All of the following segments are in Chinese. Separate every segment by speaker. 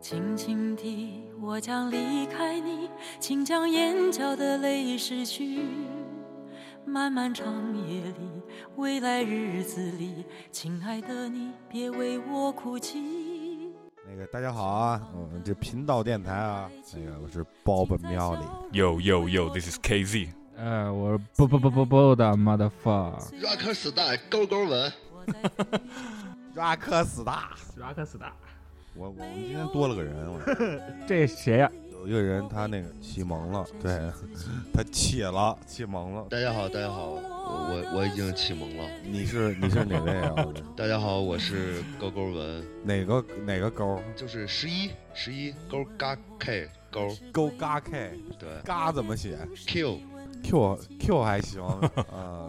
Speaker 1: 轻轻地，我将离开你，请将眼角的泪拭去。漫漫长夜里，未来日子里，亲爱的你，别为我哭泣。
Speaker 2: 那个大家好啊，我们这频道电台啊，那个我是 Bob 喵里，
Speaker 3: Yo yo yo，this is KZ。
Speaker 4: 哎，我是不不不不不的 motherfucker，
Speaker 5: Rock Star 勾勾文，
Speaker 2: 拉克死大。
Speaker 6: Rock Star，
Speaker 2: 我我们今天多了个人，我
Speaker 4: 这谁呀、
Speaker 2: 有一个人他那个启蒙了，对 他启了，启蒙了。
Speaker 5: 大家好，大家好，我我我已经启蒙了。
Speaker 2: 你是你是哪位 啊？
Speaker 5: 大家好，我是勾勾文，
Speaker 2: 哪个哪个勾
Speaker 5: 就是十一十一勾嘎 K 勾，
Speaker 2: 勾嘎 K
Speaker 5: 对
Speaker 2: 嘎怎么写
Speaker 5: Q
Speaker 2: ？Q Q 还行啊，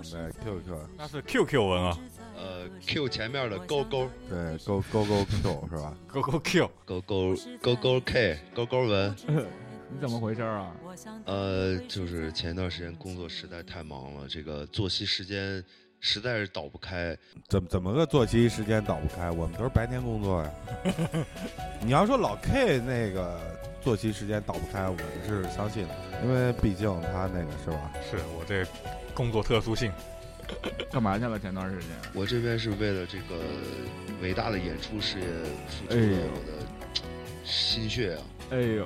Speaker 2: 对 Q Q
Speaker 3: 那是 QQ 文啊，
Speaker 5: 呃 Q 前面的勾勾
Speaker 2: 对勾勾勾 Q 是吧？
Speaker 3: 勾勾 Q。
Speaker 5: 勾勾勾勾 K 勾勾文，
Speaker 4: 你怎么回事啊？
Speaker 5: 呃，就是前一段时间工作实在太忙了，这个作息时间实在是倒不开，
Speaker 2: 怎么怎么个作息时间倒不开？我们都是白天工作呀。你要说老 K 那个作息时间倒不开，我们是相信的，因为毕竟他那个是吧？
Speaker 3: 是我这工作特殊性，
Speaker 4: 干嘛去了？前段时间
Speaker 5: 我这边是为了这个伟大的演出事业付出了我的心血啊。
Speaker 4: 哎呦，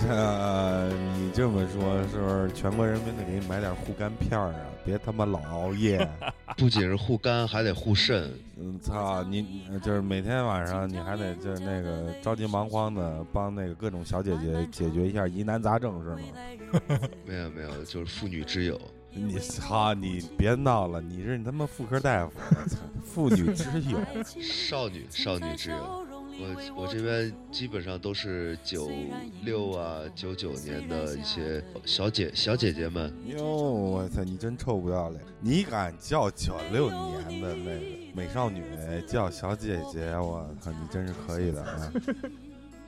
Speaker 2: 这呃你这么说，是不是全国人民得给你买点护肝片儿啊？别他妈老熬夜，
Speaker 5: 不仅是护肝，还得护肾。
Speaker 2: 嗯，操你你就是每天晚上你还得就是那个着急忙慌的帮那个各种小姐姐解决一下疑难杂症是吗？
Speaker 5: 没有没有，就是妇女之友。
Speaker 2: 你操你别闹了，你是你他妈妇科大夫，我 操，妇女之友，
Speaker 5: 少女少女之友。我我这边基本上都是九六啊九九年的一些小姐小姐姐们，
Speaker 2: 哟，我操，你真臭不要脸！你敢叫九六年的那个美少女叫小姐姐，我操，你真是可以的 啊！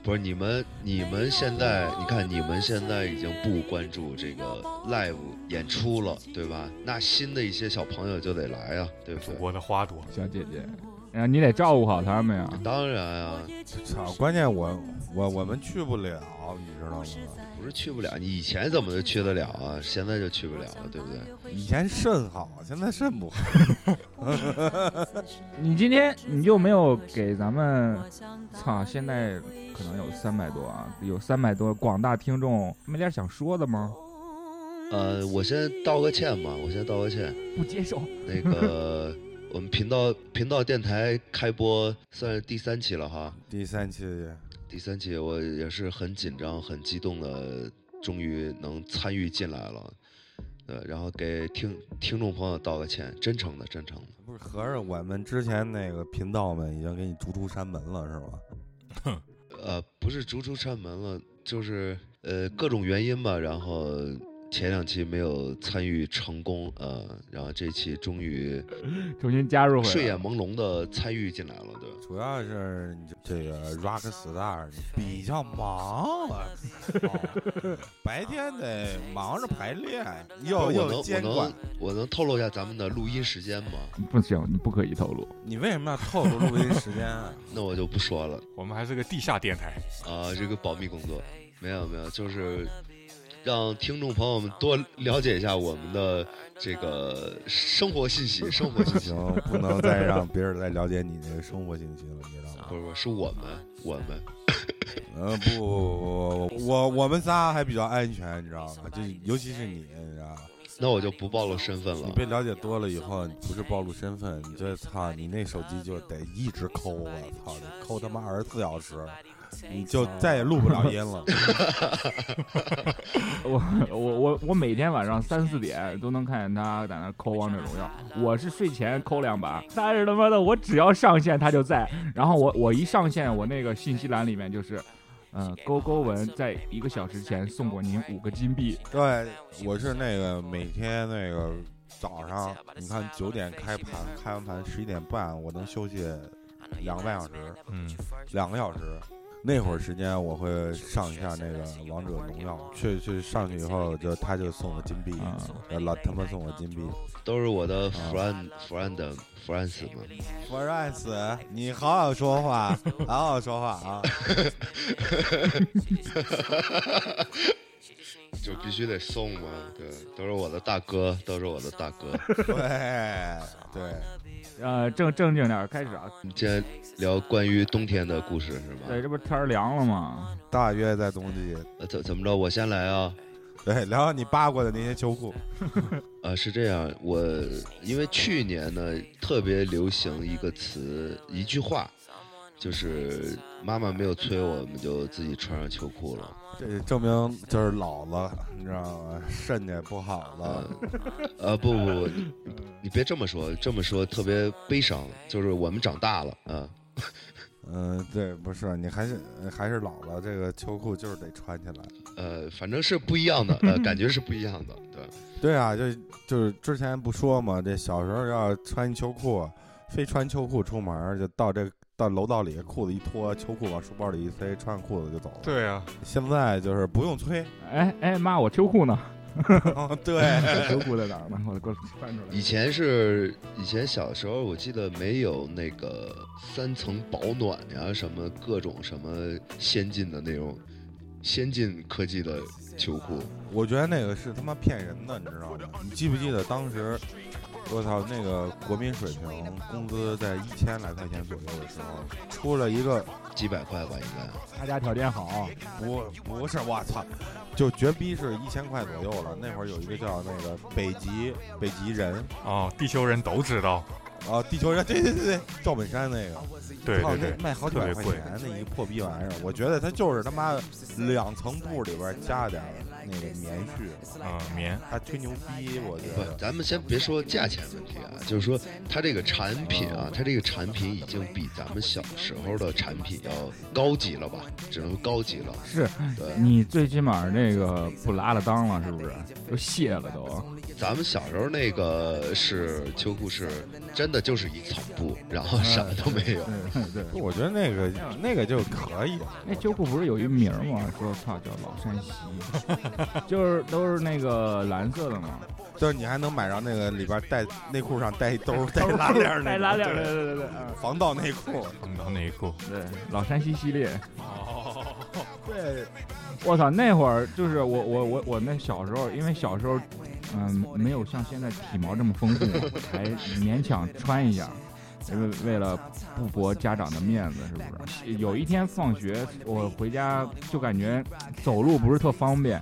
Speaker 5: 不是你们你们现在你看你们现在已经不关注这个 live 演出了，对吧？那新的一些小朋友就得来啊，对不
Speaker 3: 祖
Speaker 5: 对？
Speaker 3: 国的花朵。
Speaker 4: 小姐姐，然后哎你得照顾好他们呀。
Speaker 5: 当然啊，
Speaker 2: 操，关键我我我们去不了，你知道吗？
Speaker 5: 不是去不了，你以前怎么就去得了啊？现在就去不了了，对不对？
Speaker 2: 以前肾好，现在肾不好。
Speaker 4: 你今天你就没有给咱们，操，现在可能有三百多啊，有三百多广大听众，没点想说的吗？嗯
Speaker 5: 呃，我先道个歉吧，我先道个歉。
Speaker 4: 不接受。
Speaker 5: 那 个我们频道频道电台开播算是第三期了哈，
Speaker 2: 第三期，
Speaker 5: 第三期我也是很紧张、很激动的，终于能参与进来了。呃，然后给听听众朋友道个歉，真诚的，真诚的。
Speaker 2: 不是合着我们之前那个频道们已经给你逐出山门了是吗？
Speaker 5: 呃，不是逐出山门了，就是呃各种原因吧。然后前两期没有参与成功，呃，然后这期终于
Speaker 4: 重新加入回来。
Speaker 5: 睡眼朦胧的参与进来了，对吧？
Speaker 2: 主要是你这个 rock star 比较忙 了、操白天得忙着排 练，又
Speaker 5: 我
Speaker 2: 又
Speaker 5: 能我
Speaker 2: 监管
Speaker 5: 能。我能透露一下咱们的录音时间吗？
Speaker 4: 不行，你不可以透露。
Speaker 2: 你为什么要透露录音时间啊？
Speaker 5: 那我就不说了。
Speaker 3: 我们还是个地下电台，
Speaker 5: 啊，这个保密工作，没有没有，就是让听众朋友们多了解一下我们的这个生活信息，生活信 息
Speaker 2: 行，，不能再让别人来了解你这个生活信息了，你知道吗？
Speaker 5: 不是不是，是我们我们，
Speaker 2: 嗯，不不不不不，我我们仨还比较安全，你知道吗？就尤其是你，你知道吗？
Speaker 5: 那我就不暴露身份
Speaker 2: 你
Speaker 5: 了。
Speaker 2: 被了解多了以后，你不是暴露身份，你这操，你那手机就得一直抠，我操，你抠他妈二十四小时，你就再也录不了音了。
Speaker 4: 我我我我每天晚上三四点都能看见他在那抠王者荣耀，我是睡前抠两把，但是他妈的我只要上线他就在，然后我我一上线我那个信息栏里面就是，嗯、勾勾文在一个小时前送过您五个金币，
Speaker 2: 对，我是那个每天那个早上，你看九点开盘，开完盘十一点半，我能休息两个半小时，
Speaker 3: 嗯，
Speaker 2: 两个小时。那会儿时间我会上一下那个《王者荣耀》，去去上去以后就他就送我金币，
Speaker 4: 啊
Speaker 2: 呃老他妈送我金币。
Speaker 5: 都是我的 friend friend friends 嘛。
Speaker 2: 我说爱死，你好好说话，好好说话啊！
Speaker 5: 就必须得送嘛，对，都是我的大哥，都是我的大哥。
Speaker 2: 对对，
Speaker 4: 呃，正正经点儿开始啊。
Speaker 5: 你今天聊关于冬天的故事是
Speaker 4: 对，
Speaker 5: 吗？
Speaker 4: 这不天儿凉了吗？
Speaker 2: 大约在冬季，
Speaker 5: 呃怎怎么着？我先来啊。
Speaker 2: 对，聊聊你扒过的那些秋裤，
Speaker 5: 啊，是这样，我因为去年呢特别流行一个词，一句话，就是妈妈没有催我们就自己穿上秋裤了。
Speaker 2: 这证明就是老了，你知道吗？肾也不好了，
Speaker 5: 呃，不不不，你你别这么说，这么说特别悲伤，就是我们长大了啊。
Speaker 2: 嗯、对，不是，你还是还是老了，这个秋裤就是得穿起来。
Speaker 5: 呃，反正是不一样的，呃，感觉是不一样的，对。
Speaker 2: 对啊，就就是之前不说嘛，这小时候要穿秋裤，非穿秋裤出门儿，就到这到楼道里，裤子一脱，秋裤往书包里一塞，穿上裤子就走了。，
Speaker 3: 对啊，
Speaker 2: 现在就是不用催，
Speaker 4: 哎哎妈，我秋裤呢？
Speaker 2: 哦对，
Speaker 4: 秋裤在哪儿呢？我给我翻出来。
Speaker 5: 以前是以前小时候，我记得没有那个三层保暖呀，什么各种什么先进的那种先进科技的秋裤。
Speaker 2: 我觉得那个是他妈骗人的，你知道吗？你记不记得当时，我操，那个国民水平工资在一千来块钱左右的时候，出了一个
Speaker 5: 几百块吧，应该
Speaker 4: 他家条件好，啊
Speaker 2: 不不是我操，就绝逼是一千块左右了。那会儿有一个叫那个北极北极人。
Speaker 3: 哦，地球人都知道，
Speaker 2: 啊，地球人，对对对对，赵本山那个，
Speaker 3: 对
Speaker 2: 操
Speaker 3: 对
Speaker 2: 那
Speaker 3: 对，
Speaker 2: 卖好几
Speaker 3: 特
Speaker 2: 百
Speaker 3: 别
Speaker 2: 块
Speaker 3: 贵
Speaker 2: 钱那一破逼玩意儿，我觉得它就是他妈两层布里边加点儿那个棉絮，
Speaker 3: 嗯，棉，
Speaker 2: 还吹牛逼，我觉
Speaker 5: 不，
Speaker 2: 得。
Speaker 5: 咱们先别说价钱问题啊，就是说它这个产品啊，它这个产品已经比咱们小时候的产品要高级了吧，只能高级了。
Speaker 4: 是
Speaker 5: 对，
Speaker 4: 你最起码那个不拉了当了，是不是？都卸了都。
Speaker 5: 咱们小时候那个是秋裤是真的就是一层布，然
Speaker 4: 嗯
Speaker 5: 后啥都没有。
Speaker 4: 对对。
Speaker 2: 我觉得那个那个就可以，
Speaker 4: 那秋哎裤不是有一名儿吗？说操叫老山西， 就是都是那个蓝色的嘛，
Speaker 2: 就是你还能买上那个里边带内裤上带一 兜儿带拉链儿那
Speaker 4: 带
Speaker 2: 种
Speaker 4: 拉链儿，对
Speaker 2: 对
Speaker 4: 对对对，啊
Speaker 2: 防盗内 裤。
Speaker 3: 嗯，然后内裤，
Speaker 4: 对老山西系列。
Speaker 3: 哦，
Speaker 2: 对，
Speaker 4: 我操，那会儿就是我我我我那小时候，因为小时候，嗯，没有像现在体毛这么丰富，还勉强穿一下，因为为了不驳家长的面子，是不是？有一天放学，我回家就感觉走路不是特方便，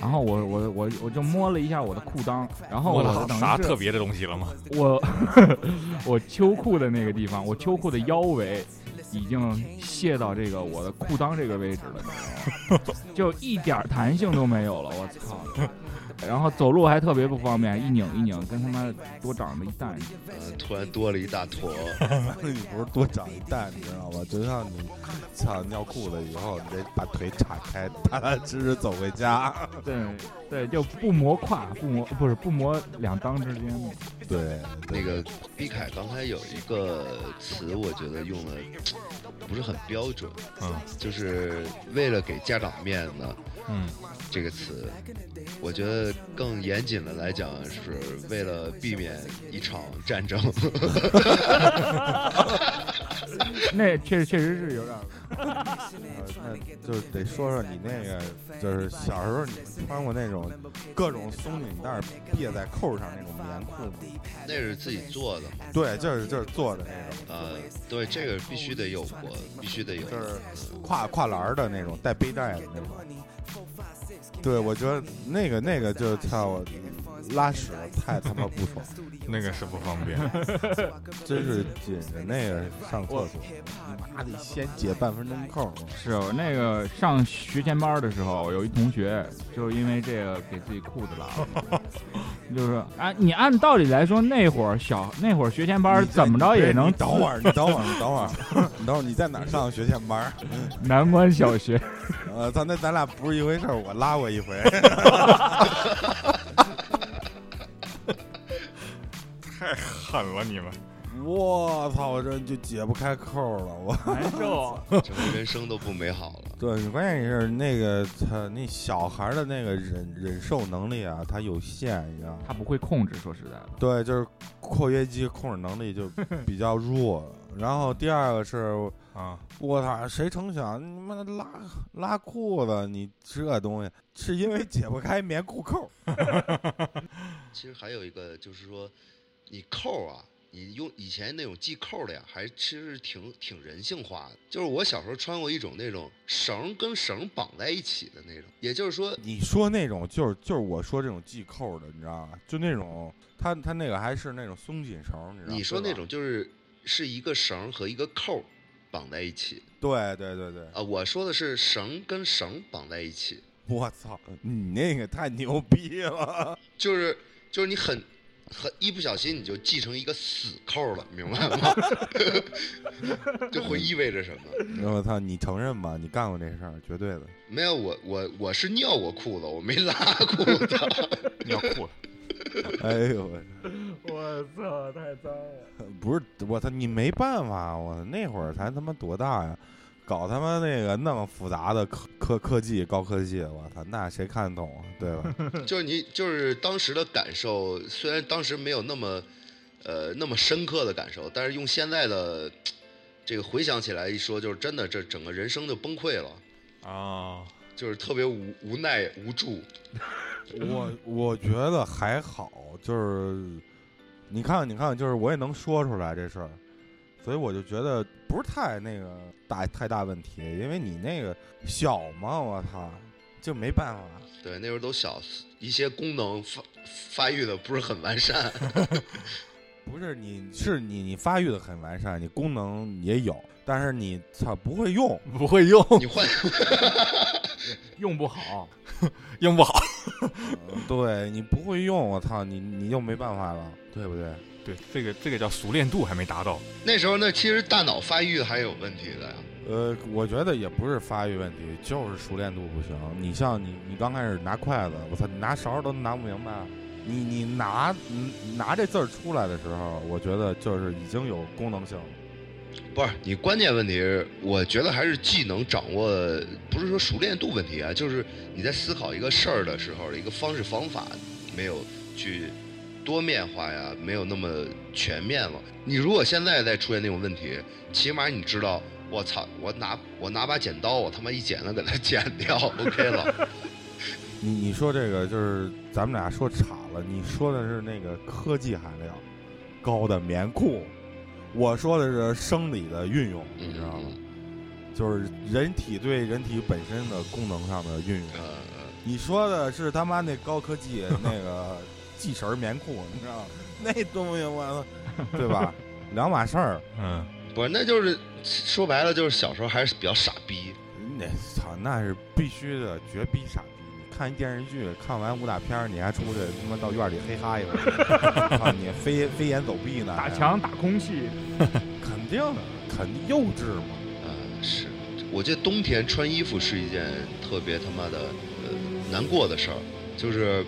Speaker 4: 然后我我我我就摸了一下我的裤裆，然后
Speaker 3: 摸
Speaker 4: 我
Speaker 3: 到
Speaker 4: 等于
Speaker 3: 啥
Speaker 4: 是
Speaker 3: 特别的东西了吗？
Speaker 4: 我 我秋裤的那个地方，我秋裤的腰围已经卸到这个我的裤裆这个位置了， 你知道吗就一点儿弹性都没有了，我操！然后走路还特别不方便，一拧一拧，跟他妈多长了一蛋似
Speaker 5: 呃，突然多了一大坨，
Speaker 2: 你不是多长一蛋，你知道吗？就像你操尿裤子以后，你得把腿岔开， 踏踏实实走回家。
Speaker 4: 的。对对，就不磨胯，不磨不是不磨两裆之间。
Speaker 2: 对，
Speaker 5: 那个毕凯刚才有一个词，我觉得用的不是很标准，
Speaker 3: 嗯
Speaker 5: 就是为了给家长面子
Speaker 3: 嗯，
Speaker 5: 这个词，我觉得更严谨的来讲，是为了避免一场战争。
Speaker 4: 那确实确实是有点儿。
Speaker 2: 呃，那就是得说说你那个，就是小时候你穿过那种各种松紧带儿别在扣上那种棉裤吗？
Speaker 5: 那是自己做的嘛，
Speaker 2: 对，就是就是做的那种，
Speaker 5: 呃，对，这个必须得有过，必须得有。
Speaker 2: 就是跨跨栏儿的那种，带背带的那种。对，我觉得那个那个就操我拉屎太他妈不爽，
Speaker 3: 那个是不方 便，
Speaker 2: 真是紧着那个上厕所，妈的先解半分钟 扣儿，
Speaker 4: 是我那个上学前班的时候，我有一同学就因为这个给自己裤子拉 了，就是啊，你按道理来说，那会儿小那会儿学前班
Speaker 2: 你
Speaker 4: 怎么着也能
Speaker 2: 你等会儿，你等会儿，你等会儿，你等会儿，你在哪儿上的学前班儿？
Speaker 4: 南关小 学，
Speaker 2: 呃，咱那咱俩不是一回事儿，我拉过一回。
Speaker 3: 太狠了你们，
Speaker 2: 我操，我这就解不开扣了，我。
Speaker 4: 难受。
Speaker 5: 整个人生都不美好了。
Speaker 2: 对，你关键是那个他那小孩儿的那个忍忍受能力啊，他有限，你知道吗？
Speaker 4: 他不会控制，说实在的，
Speaker 2: 对，就是括约肌控制能力就比较弱。然后第二个是，
Speaker 3: 啊，
Speaker 2: 我操，谁成想你妈的拉拉裤子，你这东西是因为解不开棉裤扣儿。
Speaker 5: 其实还有一个就是说，你扣啊，你用以前那种系扣的呀，还其实挺挺人性化的。就是我小时候穿过一种那种绳跟绳绑在一起的那种，也就是说，
Speaker 2: 你说那种就是就是我说这种系扣儿的，你知道吗？就那种他他那个还是那种松紧绳儿，你知道吗？
Speaker 5: 你说
Speaker 2: 对
Speaker 5: 那
Speaker 2: 吧
Speaker 5: 种就是是一个绳和一个扣绑在一起
Speaker 2: 对对对对，
Speaker 5: 啊，我说的是绳跟绳绑在一起，
Speaker 2: 我操，你那个太牛逼了。
Speaker 5: 就是就是你很。很一不小心你就系成一个死扣了，明白吗？ 这会意味着什么？
Speaker 2: 我操，你承认吧？你干过这事儿，绝对的。
Speaker 5: 没有，我我我是尿过裤子，我没拉裤子。
Speaker 3: 尿裤了，
Speaker 2: 哎呦，我
Speaker 4: 我操，太脏了！
Speaker 2: 不是我操，你没办法，我那会儿才他妈多大呀？搞他妈那个那么复杂的科科科技高科技，我操，那谁看得懂啊？对 吧？
Speaker 5: 就是你就是当时的感受，虽然当时没有那么呃那么深刻的感受，但是用现在的这个回想起来一说，就是真的这整个人生就崩溃了，
Speaker 3: 啊，
Speaker 5: 就是特别无无奈无助。
Speaker 2: 我我觉得还好，就是你看，你看，就是我也能说出来这事儿，所以我就觉得不是太那个大太大问题，因为你那个小嘛，我操，就没办法。
Speaker 5: 对，那时候都小，一些功能发发育的不是很完善。
Speaker 2: 不是你，是你，你发育的很完善，你功能也有，但是你操不会用，
Speaker 3: 不会用，
Speaker 5: 你换
Speaker 4: 用不好，
Speaker 3: 用不好。
Speaker 2: 呃 对你不会用，我操你，你就没办法了，对不对？
Speaker 3: 对，这个这个叫熟练度还没达到。
Speaker 5: 那时候那其实大脑发育还有问题的呀。
Speaker 2: 呃，我觉得也不是发育问题，就是熟练度不行。你像你，你刚开始拿筷子，我操，你拿勺儿都拿不明白。你你拿你拿这字儿出来的时候，我觉得就是已经有功能性了。
Speaker 5: 不是你关键问题是，我觉得还是技能掌握，不是说熟练度问题啊，就是你在思考一个事儿的时候的一个方式方法没有去多面化呀，没有那么全面了。你如果现在再出现那种问题，起码你知道，我操，我拿我拿把剪刀，我他妈一剪子给它 剪掉，OK 了。
Speaker 2: 你你说这个就是咱们俩说岔了，你说的是那个科技含量高的棉裤，我说的是生理的运用，你知道
Speaker 5: 嗯
Speaker 2: 吗？就是人体对人体本身的功能上的运用。
Speaker 5: 呃，
Speaker 2: 你说的是他妈那高科技那个系绳儿棉裤，你知道吗？那东西我操，对吧？两码事儿。
Speaker 3: 嗯，
Speaker 5: 不是，那就是说白了，就是小时候还是比较傻逼。
Speaker 2: 那操，那是必须的，绝逼傻逼！你看一电视剧，看完武打片儿，你还出去他妈到院里嘿哈一会儿， 操你飞飞檐走壁呢？
Speaker 4: 打，墙打空气，
Speaker 2: 肯定的，肯定幼稚嘛。
Speaker 5: 啊，是，我觉得冬天穿衣服是一件特别他妈的呃难过的事儿，就是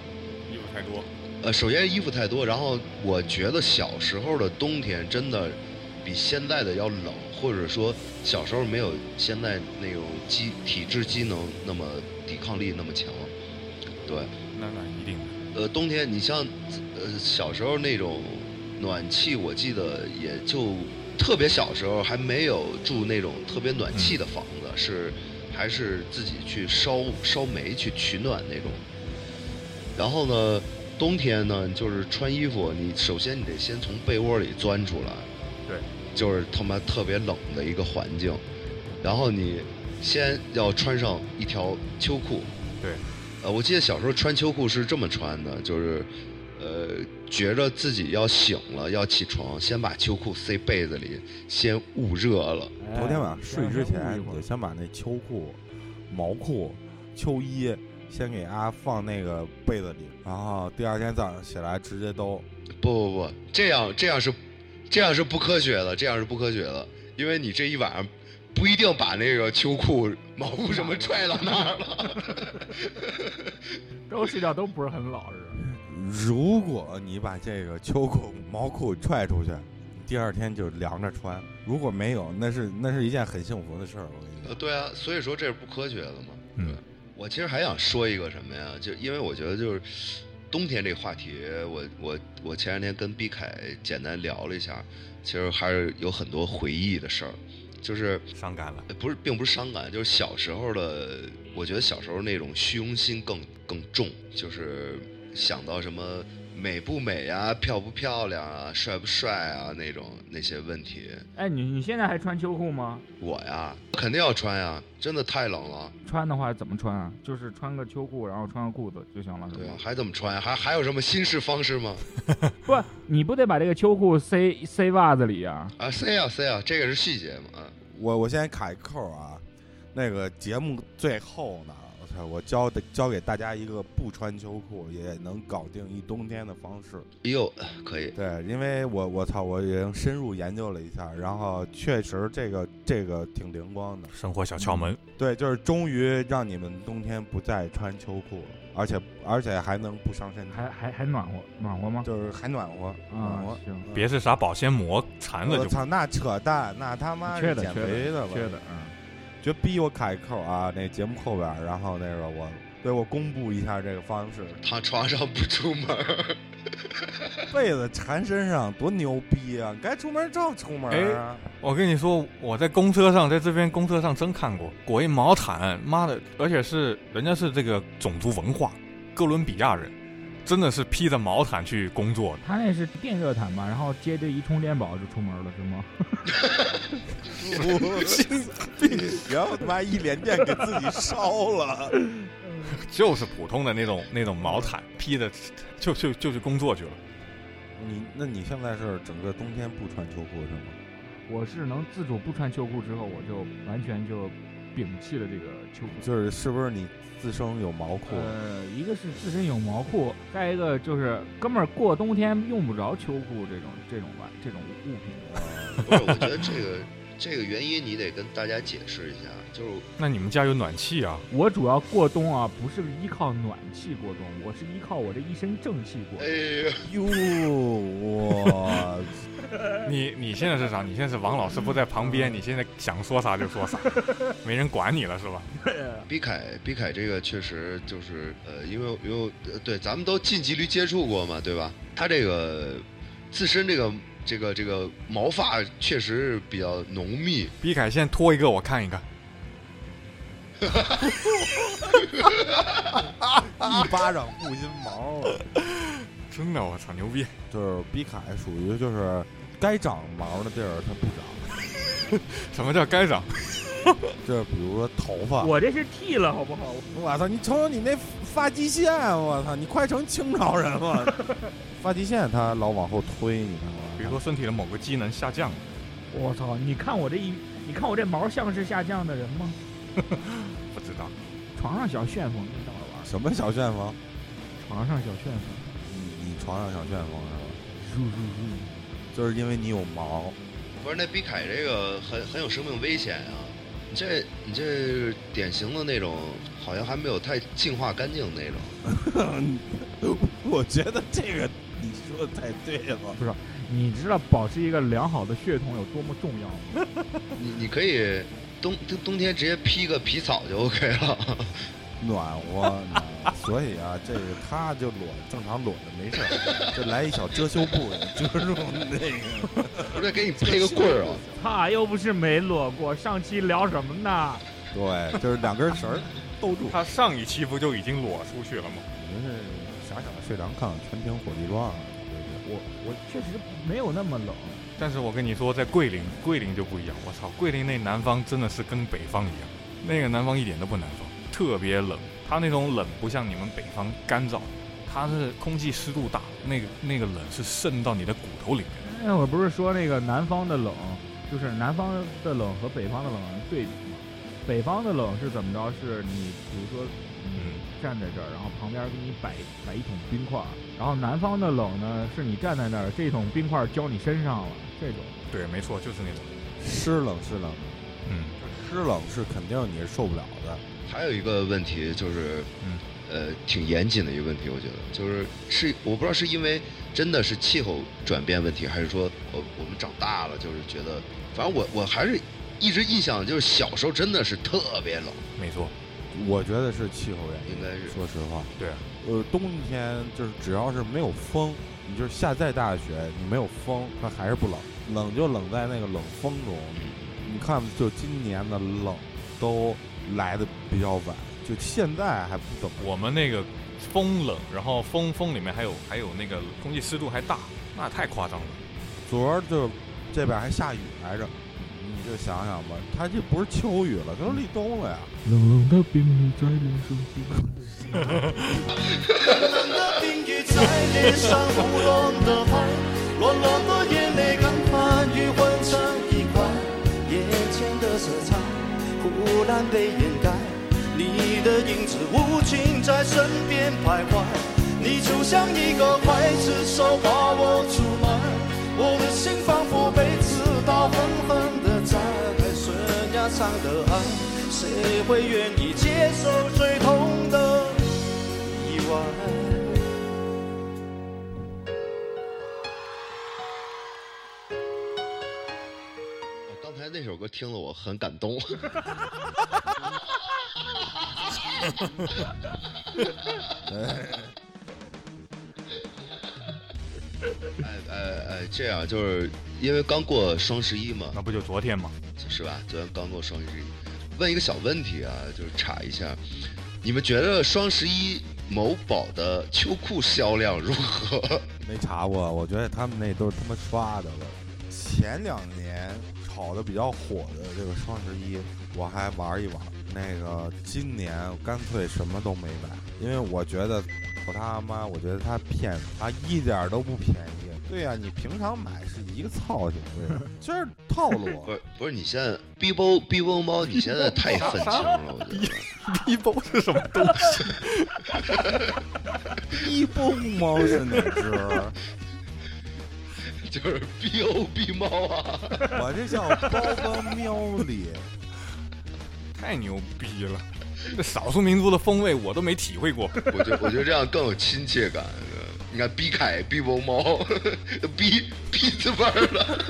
Speaker 3: 衣服太多，
Speaker 5: 呃，首先衣服太多，然后我觉得小时候的冬天真的比现在的要冷，或者说小时候没有现在那种机体质机能那么抵抗力那么强，对。
Speaker 3: 那那一定的。
Speaker 5: 呃，冬天你像呃小时候那种暖气，我记得也就特别小时候还没有住那种特别暖气的房子，是还是自己去烧烧煤去取暖那种。然后呢，冬天呢，就是穿衣服，你首先你得先从被窝里钻出来，
Speaker 3: 对，
Speaker 5: 就是他妈特别冷的一个环境，然后你先要穿上一条秋裤，
Speaker 3: 对，
Speaker 5: 呃，我记得小时候穿秋裤是这么穿的，就是，呃，觉着自己要醒了，要起床，先把秋裤塞被子里，先捂热了。
Speaker 2: 头天晚上睡之
Speaker 4: 哎
Speaker 2: 前，
Speaker 4: 先捂一
Speaker 2: 你
Speaker 4: 会
Speaker 2: 就
Speaker 4: 儿
Speaker 2: 先把那秋裤、毛裤、秋衣先给它放那个被子里，然后第二天早上起来直接兜。
Speaker 5: 不不不，这样这样是，这样是不科学的，这样是不科学的，因为你这一晚上不一定把那个秋裤、 毛裤什么拽到那儿了。
Speaker 4: 都睡觉都不是很老实。
Speaker 2: 如果你把这个秋裤、毛裤踹出去，第二天就凉着穿。如果没有，那是那是一件很幸福的事儿。我跟你
Speaker 5: 呃，
Speaker 2: 讲，
Speaker 5: 对啊，所以说这是不科学的嘛。
Speaker 3: 嗯
Speaker 5: 对，我其实还想说一个什么呀？就因为我觉得就是冬天这话题，我我我前两天跟毕凯简单聊了一下，其实还是有很多回忆的事儿，就是
Speaker 3: 伤感了。
Speaker 5: 呃不是并不是伤感，就是小时候的，我觉得小时候那种虚荣心更更重，就是想到什么美不美啊、漂不漂亮啊、帅不帅啊那种那些问题。
Speaker 4: 哎，你你现在还穿秋裤吗？
Speaker 5: 我呀，肯定要穿呀，真的太冷了。
Speaker 4: 穿的话怎么穿啊？就是穿个秋裤，然后穿个裤子就行了，是
Speaker 5: 对
Speaker 4: 吗
Speaker 5: 啊，？还怎么穿呀？还还有什么新式方式吗？
Speaker 4: 不，你不得把这个秋裤塞塞袜子里啊？
Speaker 5: 啊，塞呀塞呀，这个是细节嘛。啊，
Speaker 2: 我我先卡一扣啊，那个节目最后呢，我操，我教的教给大家一个不穿秋裤也能搞定一冬天的方式。
Speaker 5: 哎呦，可以，
Speaker 2: 对，因为我我操，我已经深入研究了一下，然后确实这个这个挺灵光的。
Speaker 3: 生活小窍门，
Speaker 2: 对，就是终于让你们冬天不再穿秋裤了，而且而且还能不伤身体，
Speaker 4: 还还还暖和暖和吗？
Speaker 2: 就是还暖和，暖和
Speaker 4: 啊，。行，
Speaker 3: 别是啥保鲜膜缠了
Speaker 2: 我
Speaker 3: 就不。
Speaker 2: 操，那扯淡，那他妈
Speaker 4: 缺
Speaker 2: 是
Speaker 4: 的
Speaker 2: 减
Speaker 4: 缺的
Speaker 2: 肥的吧？
Speaker 4: 缺的，嗯，
Speaker 2: 就逼我卡一扣啊！那节目后边儿，然后那个我对我公布一下这个方式，
Speaker 5: 躺床上不出门儿。
Speaker 2: 被子缠身上多牛逼啊！该出门照出门儿啊！
Speaker 3: 我跟你说，我在公车上，在这边公车上真看过裹一毛毯，妈的，而且是人家是这个种族文化，哥伦比亚人，真的是披着毛毯去工作的。
Speaker 4: 他那是电热毯吧？然后接着一充电宝就出门了，是吗？
Speaker 2: 我心然后他妈一连电给自己烧了。
Speaker 3: 就是普通的那种那种毛毯披的，就就就去工作去了。
Speaker 2: 你那你现在是整个冬天不穿秋裤是吗？
Speaker 4: 我是能自主不穿秋裤之后，我就完全就摒弃了这个秋裤。
Speaker 2: 就是是不是你自身有毛裤？
Speaker 4: 呃，一个是自身有毛裤，再一个就是哥们儿过冬天用不着秋裤这种这种玩这种物品。
Speaker 5: 不是，我觉得这个这个原因你得跟大家解释一下，就是
Speaker 3: 那你们家有暖气啊？
Speaker 4: 我主要过冬啊，不是依靠暖气过冬，我是依靠我这一身正气过。
Speaker 5: 哎呀，
Speaker 2: 哟，我
Speaker 3: 你你现在是啥？你现在是王老师不在旁边，你现在想说啥就说啥，没人管你了是吧？
Speaker 5: 毕凯毕凯这个确实就是呃，因为因为呃对，咱们都近距离接触过嘛，对吧？他这个自身这个这个这个毛发确实是比较浓密，
Speaker 3: 毕凯先脱一个我看一看，
Speaker 2: 一巴掌不心毛了。
Speaker 3: 真的我操牛逼！
Speaker 2: 就是逼凯属于就是该长毛的地儿它不长，
Speaker 3: 什么叫该长？
Speaker 2: 就是比如说头发。
Speaker 4: 我这是剃了，好不好？
Speaker 2: 我操！你瞅瞅你那发际线，啊我操！你快成清朝人了。 发际线它老往后推，你
Speaker 3: 比
Speaker 2: 看
Speaker 3: 如
Speaker 2: 吗？
Speaker 3: 说身体的某个机能下降，
Speaker 4: 我操！你看我这一，你看我这毛像是下降的人吗？
Speaker 3: 不知道。
Speaker 4: 床上小旋风，你等会儿玩。
Speaker 2: 什么小旋风？
Speaker 4: 床上小旋风，
Speaker 2: 你你床上小旋风是吧？
Speaker 4: 入入入。
Speaker 2: 就是因为你有毛，
Speaker 5: 不是那毕凯这个很很有生命危险啊！你这你这典型的那种，好像还没有太净化干净那种。
Speaker 2: 我觉得这个你说的太对了。
Speaker 4: 你知道保持一个良好的血统有多么重要吗？
Speaker 5: 你你可以冬冬冬天直接披个皮草就 OK 了。
Speaker 2: 暖和，你知道吗所以啊，这个他就裸，正常裸着没事 儿，就来一小遮羞布遮住那个。
Speaker 5: 不是给你配个棍儿啊？
Speaker 4: 他又不是没裸过，上期聊什么呢？
Speaker 2: 对，就是两根绳儿兜住。
Speaker 3: 他上一期不就已经裸出去了吗？
Speaker 2: 你们是傻傻的睡两炕，全凭火力壮。
Speaker 4: 我我确实没有那么冷，
Speaker 3: 但是我跟你说，在桂林，桂林就不一样。我操，桂林那南方真的是跟北方一样，那个南方一点都不南方，特别冷。它那种冷不像你们北方干燥，它是空气湿度大，那个那个冷是渗到你的骨头里面。
Speaker 4: 那会儿哎不是说那个南方的冷，就是南方的冷和北方的冷对比吗？北方的冷是怎么着？是你比如说，你
Speaker 3: 嗯，
Speaker 4: 站在这儿，然后旁边给你摆摆一桶冰块儿，然后南方的冷呢，是你站在那儿，这桶冰块儿浇你身上了，这种。
Speaker 3: 对，没错，就是那种。
Speaker 2: 湿冷是冷，
Speaker 3: 嗯，
Speaker 2: 湿冷是肯定你是受不了的。
Speaker 5: 还有一个问题就是，
Speaker 3: 嗯
Speaker 5: 呃挺严谨的一个问题，我觉得就是是我不知道是因为真的是气候转变问题，还是说我我们长大了就是觉得，反正我我还是一直印象就是小时候真的是特别冷，
Speaker 3: 没错，
Speaker 2: 我觉得是气候原因，
Speaker 5: 应该是
Speaker 2: 说实话，
Speaker 3: 对啊，
Speaker 2: 呃，冬天就是只要是没有风，你就是下再大雪，你没有风，它还是不冷，冷就冷在那个冷风中。你看，就今年的冷都来的比较晚，就现在还不怎么
Speaker 3: 我们那个风冷，然后风风里面还有还有那个空气湿度还大，那太夸张了。
Speaker 2: 昨儿就这边还下雨来着，你就想想吧，它这不是秋雨了，它都立冬了呀。
Speaker 4: 冷冷的冰雨在脸上滴。
Speaker 6: 冰雨在脸上胡乱的拍，乱乱的眼泪干翻与混成一块，眼前的色彩忽然被掩盖，你的影子无情在身边徘徊，你就像一个刽子手把我出卖，我的心仿佛被刺刀狠狠的宰，悬崖上的爱，谁会愿意接受最痛的意外？
Speaker 5: 我哦刚才那首歌听了我很感动，哎哎哎，这样就是因为刚过双十一嘛，
Speaker 3: 那不就昨天吗？
Speaker 5: 是吧？昨天刚过双十一，问一个小问题啊，就是查一下，你们觉得双十一某宝的秋裤销量如何？
Speaker 2: 没查过，我觉得他们那都是他妈刷的了。前两年炒的比较火的这个双十一，我还玩一玩。那个今年干脆什么都没买，因为我觉得我他妈，我觉得他骗子，他一点儿都不便宜。对呀、你平常买是一个操性，对吧就是套路。啊
Speaker 5: 不是不是，你现在 B 包 B 包猫，你现在太愤青了，我觉得。
Speaker 3: 一包是什么东西？
Speaker 2: 一不猫是哪只？
Speaker 5: 就是 B O B 猫啊，
Speaker 2: 我这叫包包喵里。
Speaker 3: 太牛逼了！这少数民族的风味我都没体 会过。
Speaker 5: 我觉得我觉得这样更有亲切感。你看 B 凯 B 包猫 ，B B 字辈儿了，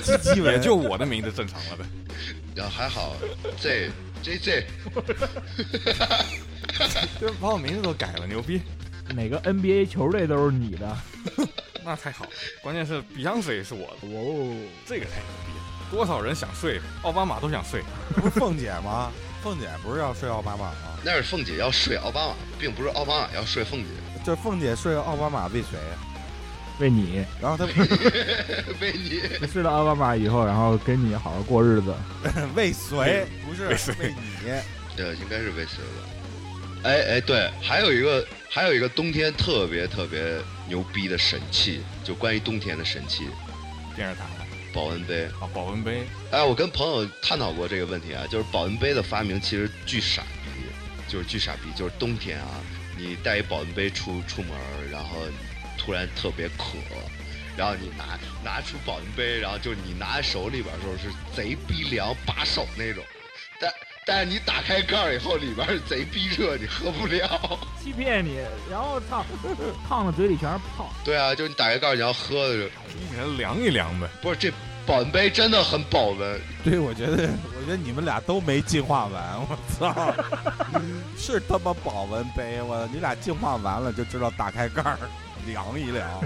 Speaker 2: 鸡鸡
Speaker 3: 也
Speaker 2: 尾
Speaker 3: 就我的名字正常了 呗。
Speaker 5: 然后还好 J J J
Speaker 3: 这把我名字都改了，牛逼！
Speaker 4: 哪个 NBA 球队都是你的？
Speaker 3: 那太好了，关键是 Beyonce 是我的，
Speaker 4: 哇哦！
Speaker 3: 这个太牛逼了。多少人想睡，奥巴马都想睡。
Speaker 2: 不是凤姐吗？凤姐不是要睡奥巴马吗？
Speaker 5: 那是凤姐要睡奥巴马，并不是奥巴马要睡凤姐，
Speaker 2: 这凤姐睡奥巴马为谁？
Speaker 4: 为你
Speaker 2: 然后她
Speaker 5: 为你
Speaker 4: 吃了奥巴马以后，然后跟你好好过日子。
Speaker 2: 为谁？不是
Speaker 3: 为谁
Speaker 2: 为你。
Speaker 5: 呃应该是为谁吧？哎哎对，还有一个还有一个冬天特别特别牛逼的神器，就关于冬天的神器
Speaker 3: 电视塔啊，
Speaker 5: 保温杯。
Speaker 3: 保温杯，
Speaker 5: 哎，我跟朋友探讨过这个问题啊，就是保温杯的发明其实巨傻逼，就是巨傻逼，就是冬天啊，你带一保温杯出出门儿，然后突然特别渴，然后你拿拿出保温杯，然后就是你拿在手里边儿的时候是贼逼凉，把手那种，但但是你打开盖儿以后，里边儿是贼逼热，你喝不了。
Speaker 4: 欺骗你，然后 操，烫的嘴里全是泡。
Speaker 5: 对啊，就是你打开盖儿你要喝的时候，
Speaker 3: 你给它量一量呗。
Speaker 5: 不是这保温杯真的很保温，
Speaker 2: 对，我觉得，我觉得你们俩都没进化完，我操！ 是他妈保温杯，我你俩进化完了就知道打开盖儿量一量，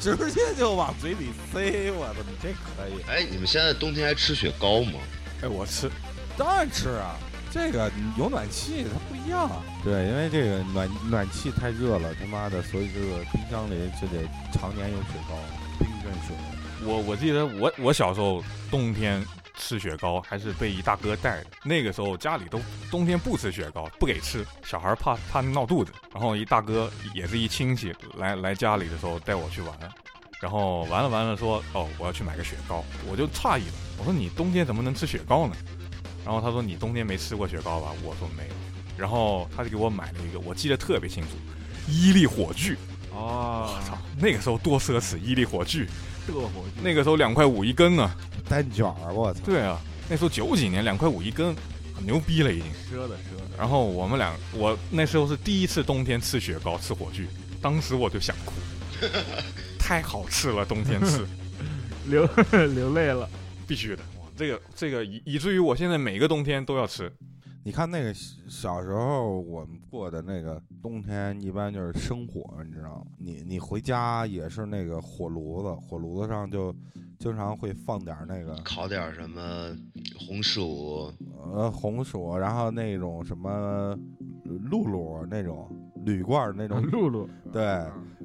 Speaker 2: 直接就往嘴里塞，我操，你这可以。
Speaker 5: 哎，你们现在冬天还吃雪糕吗？
Speaker 3: 哎，我吃，
Speaker 2: 当然吃啊，这个有暖气它不一样。啊对，因为这个暖暖气太热了，他妈的，所以这个冰箱里就得常年有雪糕，冰镇雪糕。
Speaker 3: 我我记得我我小时候冬天吃雪糕还是被一大哥带的。那个时候家里都冬天不吃雪糕，不给吃，小孩怕怕闹肚子。然后一大哥也是一亲戚来来家里的时候带我去玩，然后玩了玩了说哦我要去买个雪糕，我就诧异了，我说你冬天怎么能吃雪糕呢？然后他说你冬天没吃过雪糕吧？我说没有。然后他就给我买了一个，我记得特别清楚，伊利火炬。
Speaker 4: 哦
Speaker 3: 我操，那个时候多奢侈！伊利火炬，
Speaker 4: 这火
Speaker 3: 那个时候两块五一根呢。啊
Speaker 2: 单卷儿，我操！
Speaker 3: 对啊，那时候九几年两块五一根，很牛逼了已经。
Speaker 4: 奢的奢的，
Speaker 3: 然后我们俩，我那时候是第一次冬天吃雪糕吃火炬，当时我就想 哭，太好吃了，冬天 吃
Speaker 4: 流 流泪了。
Speaker 3: 必须的。哇这个这个以以至于我现在每个冬天都要吃，
Speaker 2: 你看那个小时候我们过的那个冬天，一般就是生火，你知道吗？你你回家也是那个火炉子，火炉子上就经常会放点儿那个
Speaker 5: 烤点儿什么红 薯，
Speaker 2: 呃红薯，然后那种什么呃露露那种铝罐儿那种，
Speaker 4: 露露，
Speaker 2: 对，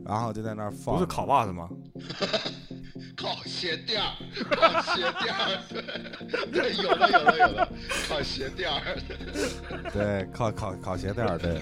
Speaker 2: 然后就在那儿放，
Speaker 3: 嗯不是烤袜子吗？
Speaker 5: 靠鞋垫儿，靠鞋垫儿，对对，有了有了有了，靠鞋垫儿，
Speaker 2: 对，烤烤烤鞋垫儿，对。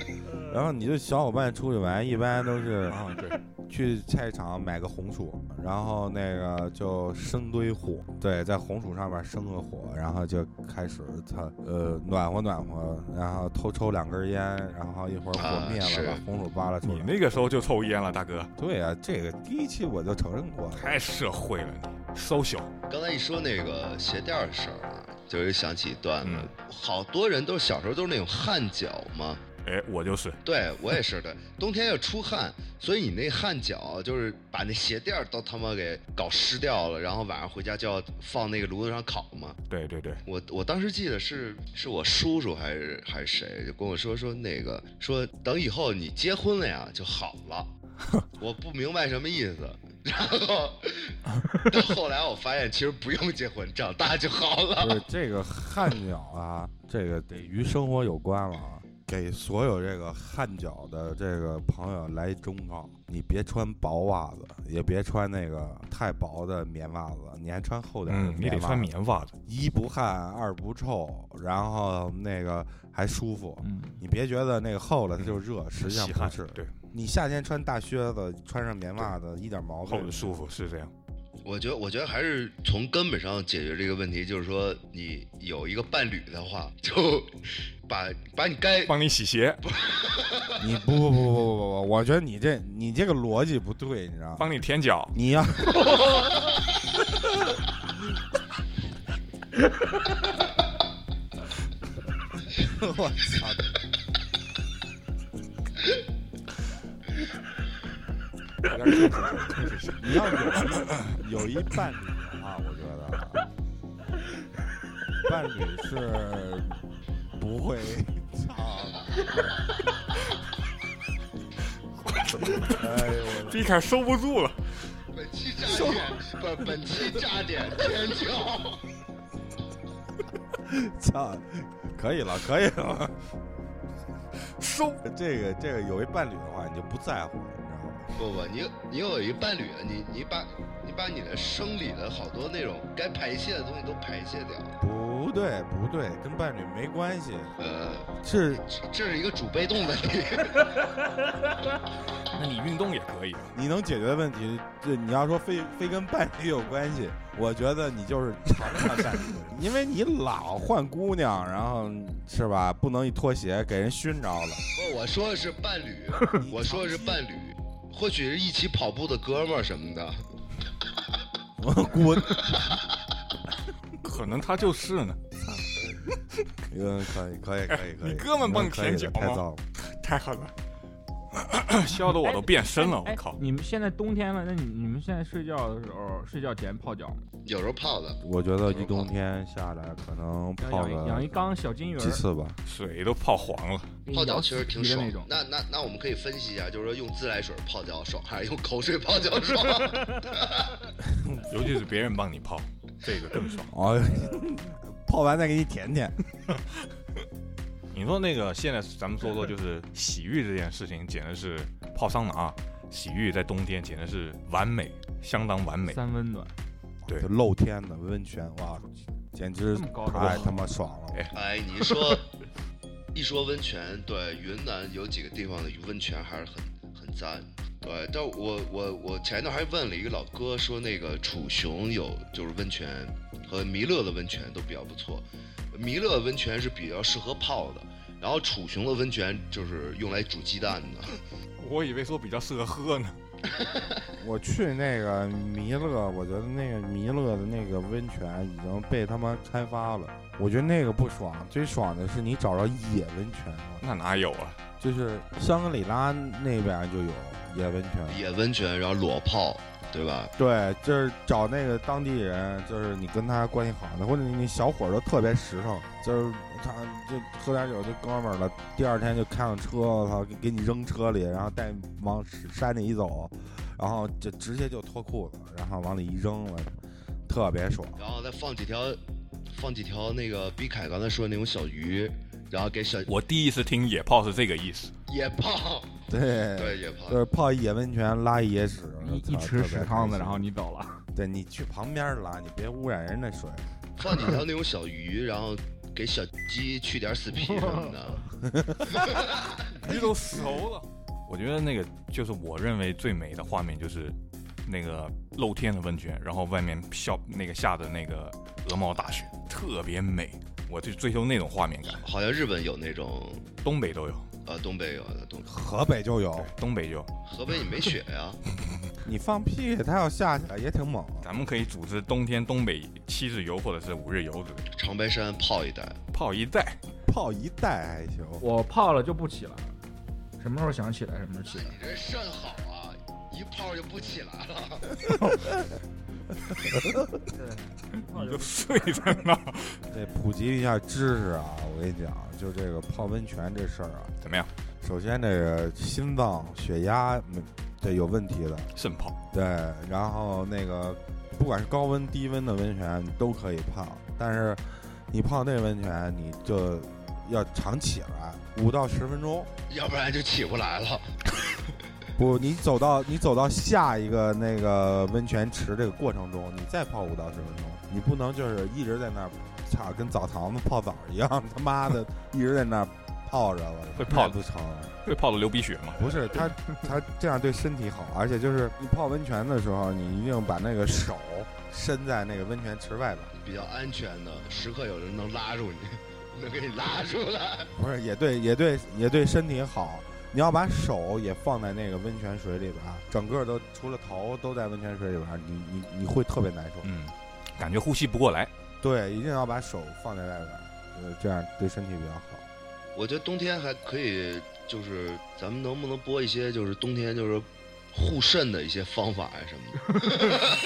Speaker 2: 然后你就小伙伴出去玩，一般都是
Speaker 3: 嗯啊，对，
Speaker 2: 去菜市场买个红薯，然后那个就生堆火，对，在红薯上面生个火，然后就开始它呃暖和暖和，然后偷抽两根烟，然后一会儿火
Speaker 5: 啊
Speaker 2: 灭
Speaker 5: 是
Speaker 2: 了，把红薯扒拉出
Speaker 3: 你
Speaker 2: 来。
Speaker 3: 那个时候就抽烟了，大哥，
Speaker 2: 对啊，这个第一期我就承认过，
Speaker 3: 太社会了你，social，
Speaker 5: 刚才一说那个鞋垫儿的事儿啊，就又想起一段子
Speaker 3: 嗯，
Speaker 5: 好多人都是小时候都是那种汗脚嘛，
Speaker 3: 哎，我就是，
Speaker 5: 对我也是的，冬天要出汗，所以你那汗脚就是把那鞋垫儿都他妈给搞湿掉了，然后晚上回家就要放那个炉子上烤嘛。
Speaker 3: 对对对，
Speaker 5: 我我当时记得是是我叔叔还是还是谁就跟我说说那个说等以后你结婚了呀就好了，我不明白什么意思。然后到后来我发现其实不用结婚，长大就好了。
Speaker 2: 不是这个汗脚啊，这个得与生活有关了啊。给所有这个汗脚的这个朋友来忠告：你别穿薄袜子，也别穿那个太薄的棉袜子，你还穿厚点儿的
Speaker 3: 嗯，你得
Speaker 2: 袜
Speaker 3: 穿
Speaker 2: 子，
Speaker 3: 棉袜子，
Speaker 2: 一不汗，二不臭，然后那个还舒服。
Speaker 4: 嗯，
Speaker 2: 你别觉得那个厚了它就热，实际上
Speaker 3: 吸汗
Speaker 2: 不是。
Speaker 3: 对，
Speaker 2: 你夏天穿大靴子，穿上棉袜子，一点毛病
Speaker 3: 厚的舒服是这样，
Speaker 5: 我觉得，我觉得还是从根本上解决这个问题，就是说，你有一个伴侣的话，就把把你该
Speaker 3: 帮你洗鞋，
Speaker 2: 你不不不不不不，我觉得你这你这个逻辑不对，你知道吗？
Speaker 3: 帮你舔脚，
Speaker 2: 你要。我操！你要有一有一伴侣的话，我觉得啊伴侣是不会操。哎呦我
Speaker 3: 一开始收不住了，
Speaker 5: 本期炸点，本本期炸点天桥。
Speaker 2: 操，可以了，可以了。
Speaker 3: 收，
Speaker 2: 这个这个有一伴侣的话，你就不在乎了，你知道吗？
Speaker 5: 不不，你你有一伴侣，你你把你把你的生理的好多那种该排泄的东西都排泄掉。
Speaker 2: 不对，不对，跟伴侣没关系，
Speaker 5: 呃，
Speaker 2: 是
Speaker 5: 这这是一个主被动问题。
Speaker 3: 那你运动也可以啊，
Speaker 2: 你能解决的问题。这你要说非非跟伴侣有关系，我觉得你就是常常伴侣， 因为你老换姑娘，然后是吧？不能一脱鞋给人熏着了。
Speaker 5: 不，我说的是伴侣，我说的是伴侣，或许是一起跑步的哥们儿什么的。
Speaker 2: 我姑，
Speaker 3: 可能他就是呢，
Speaker 2: 嗯，可以，可以，可以，可以。
Speaker 3: 你哥们帮你舔脚
Speaker 2: 可以的太
Speaker 3: 吗
Speaker 2: 糟了。
Speaker 3: 太狠了， 笑得我都变身了，我
Speaker 4: 哎
Speaker 3: 靠，
Speaker 4: 你们现在冬天了，那你你们现在睡觉的时候，睡觉前泡脚吗？
Speaker 5: 有时候泡
Speaker 4: 哎
Speaker 5: 的，
Speaker 2: 我觉得一冬天下来，可能
Speaker 4: 要
Speaker 2: 泡
Speaker 4: 养一养一
Speaker 2: 个
Speaker 4: 缸小金鱼儿
Speaker 2: 几，次吧。
Speaker 3: 水都泡黄了，
Speaker 4: 给你
Speaker 5: 泡脚
Speaker 4: 摇
Speaker 5: 其实
Speaker 4: 死
Speaker 5: 挺
Speaker 4: 皮的
Speaker 5: 爽
Speaker 4: 那种。
Speaker 5: 那那那我们可以分析一下，就是说用自来水泡脚爽，还是用口水 泡脚爽？
Speaker 3: 尤其是别人帮你泡，这个更爽。
Speaker 2: 哦，泡完再给你舔舔。
Speaker 3: 你说那个现在咱们说说就是洗浴这件事情，简直是泡桑拿、洗浴在冬天简直是完美，相当完美。
Speaker 4: 三温暖，
Speaker 3: 对
Speaker 2: 就露天的温泉，哇，简直
Speaker 4: 这么高
Speaker 2: 太
Speaker 4: 档
Speaker 2: 他妈爽了！
Speaker 5: 哎，你说一说温泉，对云南有几个地方的温泉还是很很赞。对，但我我我前一段还问了一个老哥，说那个楚雄有就是温泉和弥勒的温泉都比较不错，弥勒温泉是比较适合泡的，然后楚雄的温泉就是用来煮鸡蛋的。
Speaker 3: 我以为说比较适合喝呢，
Speaker 2: 我去那个弥勒，我觉得那个弥勒的那个温泉已经被他妈开发了。我觉得那个不爽，最爽的是你找着野温泉了，
Speaker 3: 那哪有啊？
Speaker 2: 就是香格里拉那边就有野温泉。
Speaker 5: 野温泉，然后裸泡，对吧？
Speaker 2: 对，就是找那个当地人，就是你跟他关系好的，或者你小伙儿都特别实诚，就是他就喝点酒就哥们儿了，第二天就开上车，我操，给给你扔车里，然后带你往山里一走，然后就直接就脱裤子，然后往里一扔了，特别爽。
Speaker 5: 然后再放几条，放几条那个比凯刚才说的那种小鱼，然后给小
Speaker 3: 我第一次听野炮是这个意思，
Speaker 5: 野泡，
Speaker 2: 对，
Speaker 5: 对野泡
Speaker 2: 就，是泡野温泉拉野屎，
Speaker 4: 一
Speaker 2: 我操
Speaker 4: 一吃
Speaker 2: 特别
Speaker 4: 屎汤
Speaker 2: 开
Speaker 4: 子，
Speaker 2: 心
Speaker 4: 然后你走了，
Speaker 2: 对你去旁边拉，你别污染人那水。
Speaker 5: 放几条那种小鱼，然后给小鸡去点死皮什么的。
Speaker 3: 鱼都熟了。我觉得那个就是我认为最美的画面，就是那个露天的温泉，然后外面下那个下的那个鹅毛大雪，特别美。我就追求那种画面感，
Speaker 5: 好像日本有那种，
Speaker 3: 东北都有，
Speaker 5: 呃，东北有的东，
Speaker 2: 河北就有
Speaker 3: 对，，东北有。
Speaker 5: 河北你没雪呀、
Speaker 2: 你放屁，它要下起来也挺猛。
Speaker 3: 咱们可以组织冬天东北七日游或者是五日游之类的，
Speaker 5: 长白山泡一带，
Speaker 3: 泡一带。
Speaker 2: 泡一代还行，
Speaker 4: 我泡了就不起来了，什么时候想起来什么时候起来。
Speaker 5: 你这肾好啊，一泡就不起来了。
Speaker 3: 你就睡在那儿，
Speaker 2: 得普及一下知识啊！我跟你讲，就这个泡温泉这事儿啊，
Speaker 3: 怎么样？
Speaker 2: 首先这个心脏、血压没这有问题的，
Speaker 3: 肾泡，
Speaker 2: 对，然后那个不管是高温、低温的温泉你都可以泡，但是你泡那温泉你就要常起来五到十分钟，
Speaker 5: 要不然就起不来了。
Speaker 2: 不，你走到你走到下一个那个温泉池这个过程中，你再泡五到十分钟，你不能就是一直在那儿，操，跟澡堂子泡澡一样， 他妈的一直在那儿泡着了，
Speaker 3: 会泡
Speaker 2: 那不成。啊
Speaker 3: 会泡的流鼻血吗？
Speaker 2: 不是 他，他这样对身体好，而且就是你泡温泉的时候，你一定把那个手伸在那个温泉池外边，
Speaker 5: 比较安全的，时刻有人能拉住你，能给你拉出来。
Speaker 2: 不是也对，也对，也对身体好。你要把手也放在那个温泉水里边，整个都除了头都在温泉水里边，你你你会特别难受。
Speaker 3: 嗯，感觉呼吸不过来。
Speaker 2: 对，一定要把手放在外边儿，呃，这样对身体比较好。
Speaker 5: 我觉得冬天还可以，就是咱们能不能播一些，就是冬天就是护肾的一些方法啊呀什么的。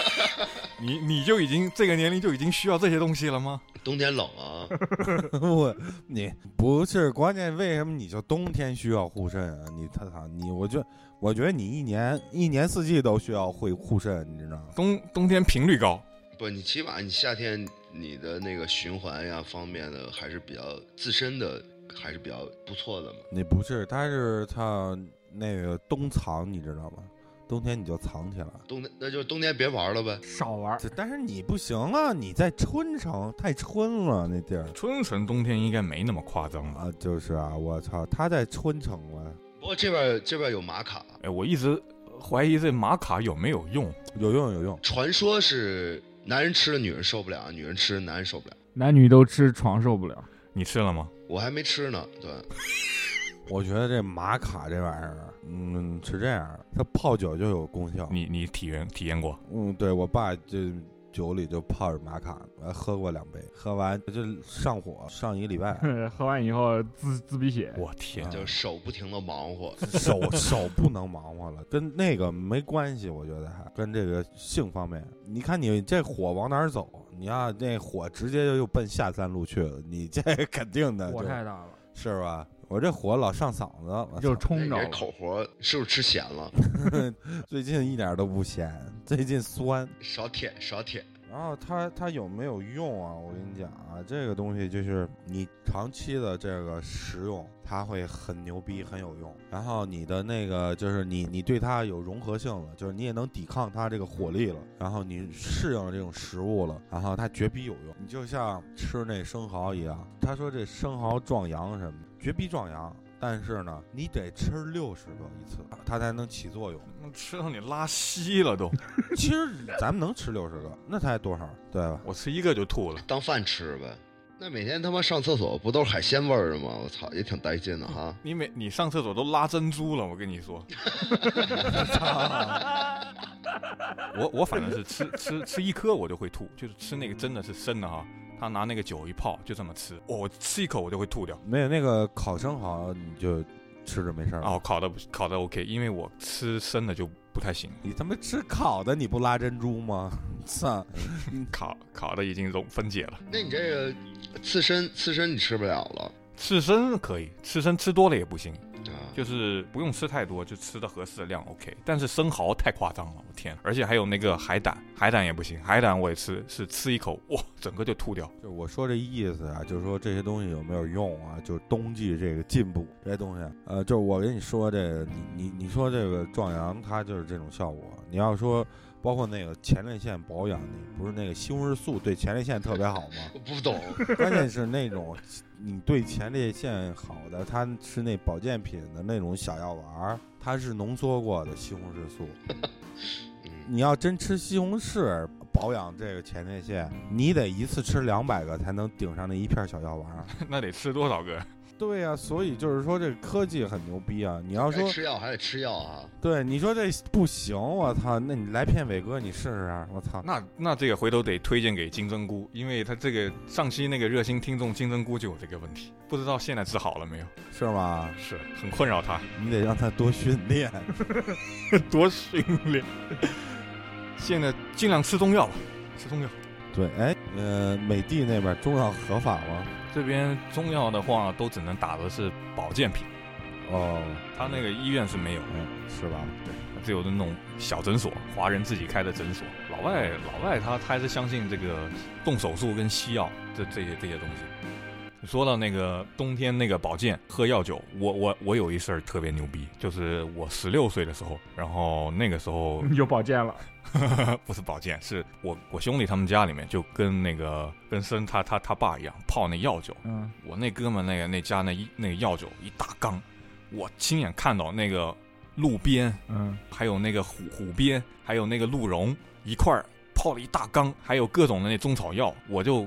Speaker 3: 你你就已经这个年龄就已经需要这些东西了吗？
Speaker 5: 冬天冷啊，
Speaker 2: 我你不是关键，为什么你就冬天需要护肾啊？你他操你，我觉得我觉得你一年一年四季都需要会护肾，你知道吗？
Speaker 3: 冬冬天频率高，
Speaker 5: 不，你起码你夏天你的那个循环呀方面的还是比较自身的，还是比较不错的嘛。
Speaker 2: 你不是，他是他那个冬藏，你知道吗？冬天你就藏起来。
Speaker 5: 冬天那就是冬天别玩了呗。
Speaker 4: 少玩，
Speaker 2: 这但是你不行啊，你在春城太春了那地儿
Speaker 3: 春城冬天应该没那么夸张吧？
Speaker 2: 啊，就是啊，我操，他在春城了，
Speaker 5: 不过这边这边有玛卡，
Speaker 3: 哎，我一直怀疑这玛卡有没有用，
Speaker 2: 有用有用。
Speaker 5: 传说是男人吃了女人受不了，女人吃了男人受不了。
Speaker 4: 男女都吃，床受不了。，
Speaker 3: 你吃了吗？
Speaker 5: 我还没吃呢，对，
Speaker 2: 我觉得这玛卡这玩意儿，嗯，是这样，它泡酒就有功效。
Speaker 3: 你你体验体验过？
Speaker 2: 嗯，对我爸这酒里就泡着玛卡，我还喝过两杯，喝完就上火，上一个礼拜
Speaker 4: 喝完以后滋滋鼻血，
Speaker 3: 我天
Speaker 2: 啊，
Speaker 5: 就是手不停的忙活。
Speaker 2: 手手不能忙活了，跟那个没关系，我觉得还跟这个性方面，你看你这火往哪儿走？你要那火直接就又奔下三路去了，你这 肯定的，
Speaker 4: 火
Speaker 2: 这
Speaker 4: 太大了，
Speaker 2: 是吧？我这火老上嗓子，我
Speaker 4: 就
Speaker 2: 操
Speaker 4: 冲着
Speaker 5: 那
Speaker 4: 了
Speaker 5: 你这。口活是不是吃咸了？
Speaker 2: 最近一点都不咸，最近酸。
Speaker 5: 少舔少舔。
Speaker 2: 然后它它有没有用啊？我跟你讲啊，这个东西就是你长期的这个食用，它会很牛逼，很有用。然后你的那个就是你你对它有融合性了，就是你也能抵抗它这个火力了。然后你适应了这种食物了，然后它绝逼有用。你就像吃那生蚝一样，他说这生蚝壮阳什么的，绝逼壮阳。但是呢，你得吃六十个一次，它才能起作用。
Speaker 3: 那吃到你拉稀了都，
Speaker 2: 其实咱们能吃六十个，那才多少，对吧？
Speaker 3: 我吃一个就吐了。
Speaker 5: 当饭吃呗。那每天他妈上厕所不都是海鲜味儿的吗？我操，也挺带劲的哈。
Speaker 3: 你每你上厕所都拉珍珠了，我跟你说。 我我反正是吃 吃吃一颗我就会吐，就是吃那个真的是生的哈，他拿那个酒一泡就这么吃，我吃一口我就会吐掉。
Speaker 2: 没有那个烤生蚝，你就吃着没事儿。
Speaker 3: 哦，烤的烤的 OK，因为我吃生的就不太行，
Speaker 2: 你他妈吃烤的，你不拉珍珠吗？ 操！
Speaker 3: 烤烤的已经溶分解了。
Speaker 5: 那你这个刺身，刺身你吃不了了
Speaker 3: 刺身可以，刺身吃多了也不行，
Speaker 5: 啊？
Speaker 3: 就是不用吃太多，就吃的合适的量 OK。但是生蚝太夸张了，我天！而且还有那个海胆，海胆也不行，海胆我也吃，是吃一口哇，整个就吐掉。
Speaker 2: 就是我说这意思啊，就是说这些东西有没有用啊？就是冬季这个进步这些东西，呃，就是我跟你说这个，你你你说这个壮阳，它就是这种效果。你要说包括那个前列腺保养，你不是那个西红柿素对前列腺特别好吗？
Speaker 5: 我不 懂，
Speaker 2: 关键是那种你对前列腺好的，它是那保健品的那种小药丸儿，它是浓缩过的西红柿素。
Speaker 5: 嗯，
Speaker 2: 你要真吃西红柿保养这个前列腺，你得一次吃两百个才能顶上那一片小药丸儿。
Speaker 3: 那得吃多少个？啊
Speaker 2: 对呀、所以就是说这个科技很牛逼啊！你要
Speaker 5: 该
Speaker 2: 说
Speaker 5: 吃药还得吃药啊。
Speaker 2: 对，你说这不行，我操，那你来片伟哥你试试，我操，
Speaker 3: 那那这个回头得推荐给金针菇，因为他这个上期那个热心听众金针菇就有这个问题，不知道现在治好了没有？
Speaker 2: 是吗？
Speaker 3: 是很困扰他，
Speaker 2: 你得让他多训练。
Speaker 3: 多训练。现在尽量吃中药吧，吃中药。
Speaker 2: 对，哎，呃，美的那边中药合法吗？
Speaker 3: 这边中药的话都只能打的是保健品，
Speaker 2: 哦，
Speaker 3: 他那个医院是没有，
Speaker 2: 嗯，是吧？
Speaker 3: 只有那种小诊所，华人自己开的诊所。老外老外他他还是相信这个动手术跟西药这这些这些东西。说到那个冬天那个保健喝药酒，我我我有一事儿特别牛逼，就是我十六岁的时候，然后那个时 候
Speaker 4: 有保健了，
Speaker 3: 不是保健，是我我兄弟他们家里面就跟那个跟生他他他爸一样泡那药酒，
Speaker 4: 嗯，
Speaker 3: 我那哥们那个那家那一那个药酒一大缸，我亲眼看到那个路边
Speaker 4: 嗯，
Speaker 3: 还有那个虎虎鞭，还有那个鹿茸一块儿泡了一大缸，还有各种的那中草药，我就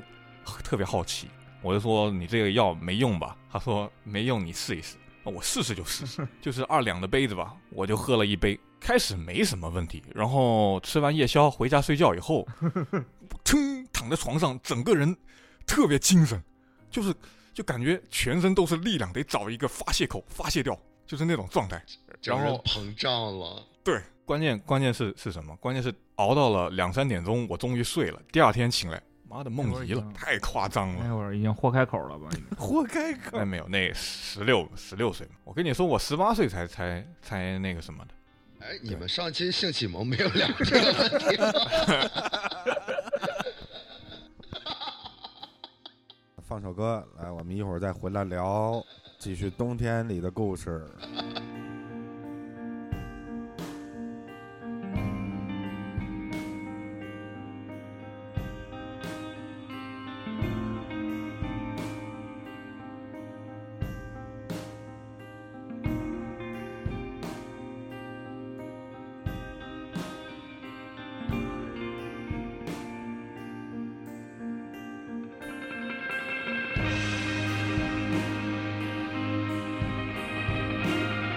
Speaker 3: 呵特别好奇，我就说你这个药没用吧？他说没用，你试一试。啊我试试就试试， 就是二两的杯子吧，我就喝了一杯，开始没什么问题，然后吃完夜宵回家睡觉以后，噌躺在床上，整个人特别精神，就是就感觉全身都是力量，得找一个发泄口发泄掉，就是那种状态。
Speaker 5: 整个
Speaker 3: 然
Speaker 5: 人
Speaker 3: 后
Speaker 5: 膨胀了，
Speaker 3: 对，关键关键是是什么？关键是熬到了两三点钟，我终于睡了。第二天醒来，妈的梦遗了，太夸张了。
Speaker 4: 嗯那会儿已经豁开口了吧？已经
Speaker 2: 活该可
Speaker 3: 那没有，那十六十六岁嘛，我跟你说，我十八岁才才才那个什么的。
Speaker 5: 哎，你们上期性启蒙没有聊这个问题吗？
Speaker 2: 放首歌来，我们一会儿再回来聊，继续冬天里的故事。
Speaker 7: 我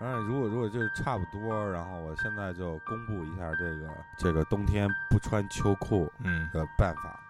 Speaker 2: 然后哎如果如果就是差不多，然后我现在就公布一下这个这个冬天不穿秋裤
Speaker 3: 嗯
Speaker 2: 的办法。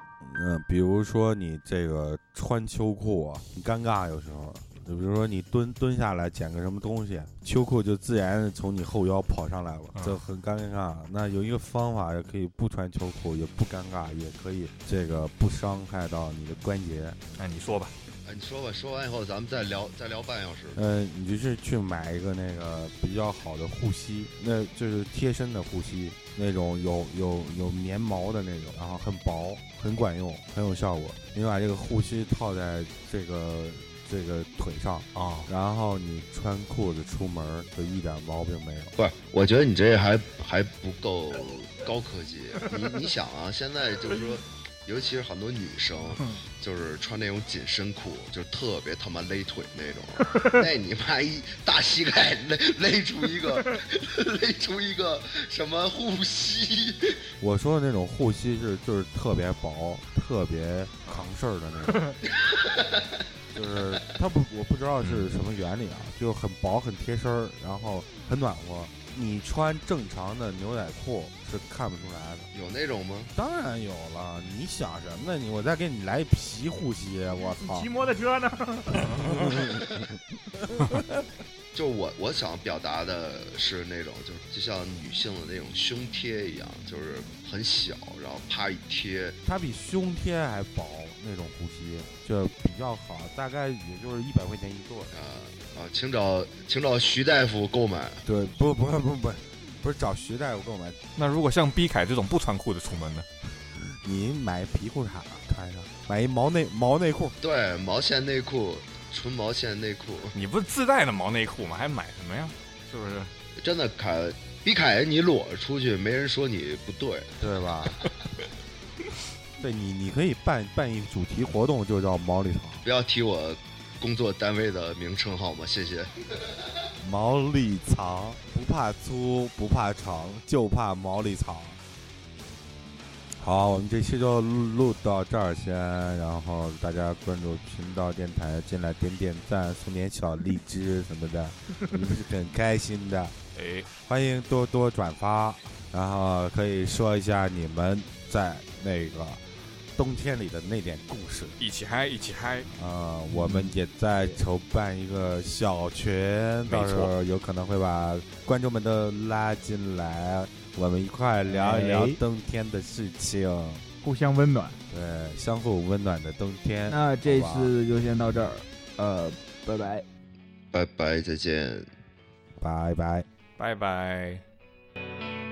Speaker 2: 嗯，比如说你这个穿秋裤啊，你尴尬有时候。就比如说你蹲蹲下来捡个什么东西，秋裤就自然从你后腰跑上来了，
Speaker 3: 嗯
Speaker 2: 就很尴尬。那有一个方法，也可以不穿秋裤，也不尴尬，也可以这个不伤害到你的关节。
Speaker 3: 那你说吧，
Speaker 5: 哎，你说吧，说完以后咱们再聊，再聊半小时。
Speaker 2: 嗯，你就是去买一个那个比较好的护膝，那就是贴身的护膝，那种有有有棉毛的那种，然后很薄，很管用，很有效果。你把这个护膝套在这个这个腿上，
Speaker 3: 啊，
Speaker 2: 然后你穿裤子出门儿就一点毛病没有。
Speaker 5: 不是，我觉得你这还还不够高科技。你你想啊，现在就是说，尤其是很多女生，就是穿那种紧身裤，就特别他妈勒腿那 种。那你妈一大膝盖勒勒出一个 勒出一个什么护膝？
Speaker 2: 我说的那种护膝是就是特别薄、特别扛事儿的那种，就是它不我不知道是什么原理啊，就很薄、很贴身儿，然后很暖和。你穿正常的牛仔裤是看不出来的，
Speaker 5: 有那种吗？
Speaker 2: 当然有了。你想什么呢？你我再给你来一皮护膝，我操！
Speaker 4: 骑摩托车呢？
Speaker 5: 就是我我想表达的是那种，就是就像女性的那种胸贴一样，就是很小，然后啪一贴，
Speaker 2: 它比胸贴还薄，那种护膝就比较好，大概也就是一百块钱一对儿。
Speaker 5: 啊啊，请找请找徐大夫购买。
Speaker 2: 对，不不不不，不是找徐大夫购买，
Speaker 3: 那如果像逼凯这种不穿裤子出门的，
Speaker 2: 你买皮裤衩穿上，买一毛内毛内裤，
Speaker 5: 对，毛线内裤，纯毛线内裤，
Speaker 3: 你不是自带的毛内裤吗？还买什么呀？是不是？
Speaker 5: 真的凯，比凯你裸着出去，没人说你不对。
Speaker 2: 对吧？ 对你，你可以办办一主题活动，就叫毛里藏，
Speaker 5: 不要提我工作单位的名称好吗？谢谢。
Speaker 2: 毛里藏不怕粗，不怕长，就怕毛里藏。好，我们这期就录录到这儿先，然后大家关注频道电台，进来点点赞，送点小荔枝什么的，你们是很开心的。
Speaker 3: 哎，
Speaker 2: 欢迎多多转发，然后可以说一下你们在那个冬天里的那点故事
Speaker 3: 一起嗨，一起嗨！
Speaker 2: 啊、呃我们也在筹办一个小群，到时候有可能会把观众们都拉进来，我们一块聊一聊
Speaker 4: 哎
Speaker 2: 冬天的事情，
Speaker 4: 互相温暖。
Speaker 2: 对，相互温暖的冬天。
Speaker 4: 那这
Speaker 2: 好吧
Speaker 4: 次就先到这儿，呃，拜拜。
Speaker 5: 拜拜，再见。
Speaker 2: 拜拜。
Speaker 3: 拜拜。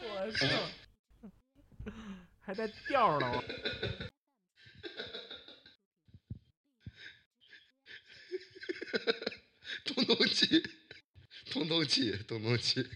Speaker 4: 我操，还带调呢！
Speaker 5: 通通气，通通气，通通气。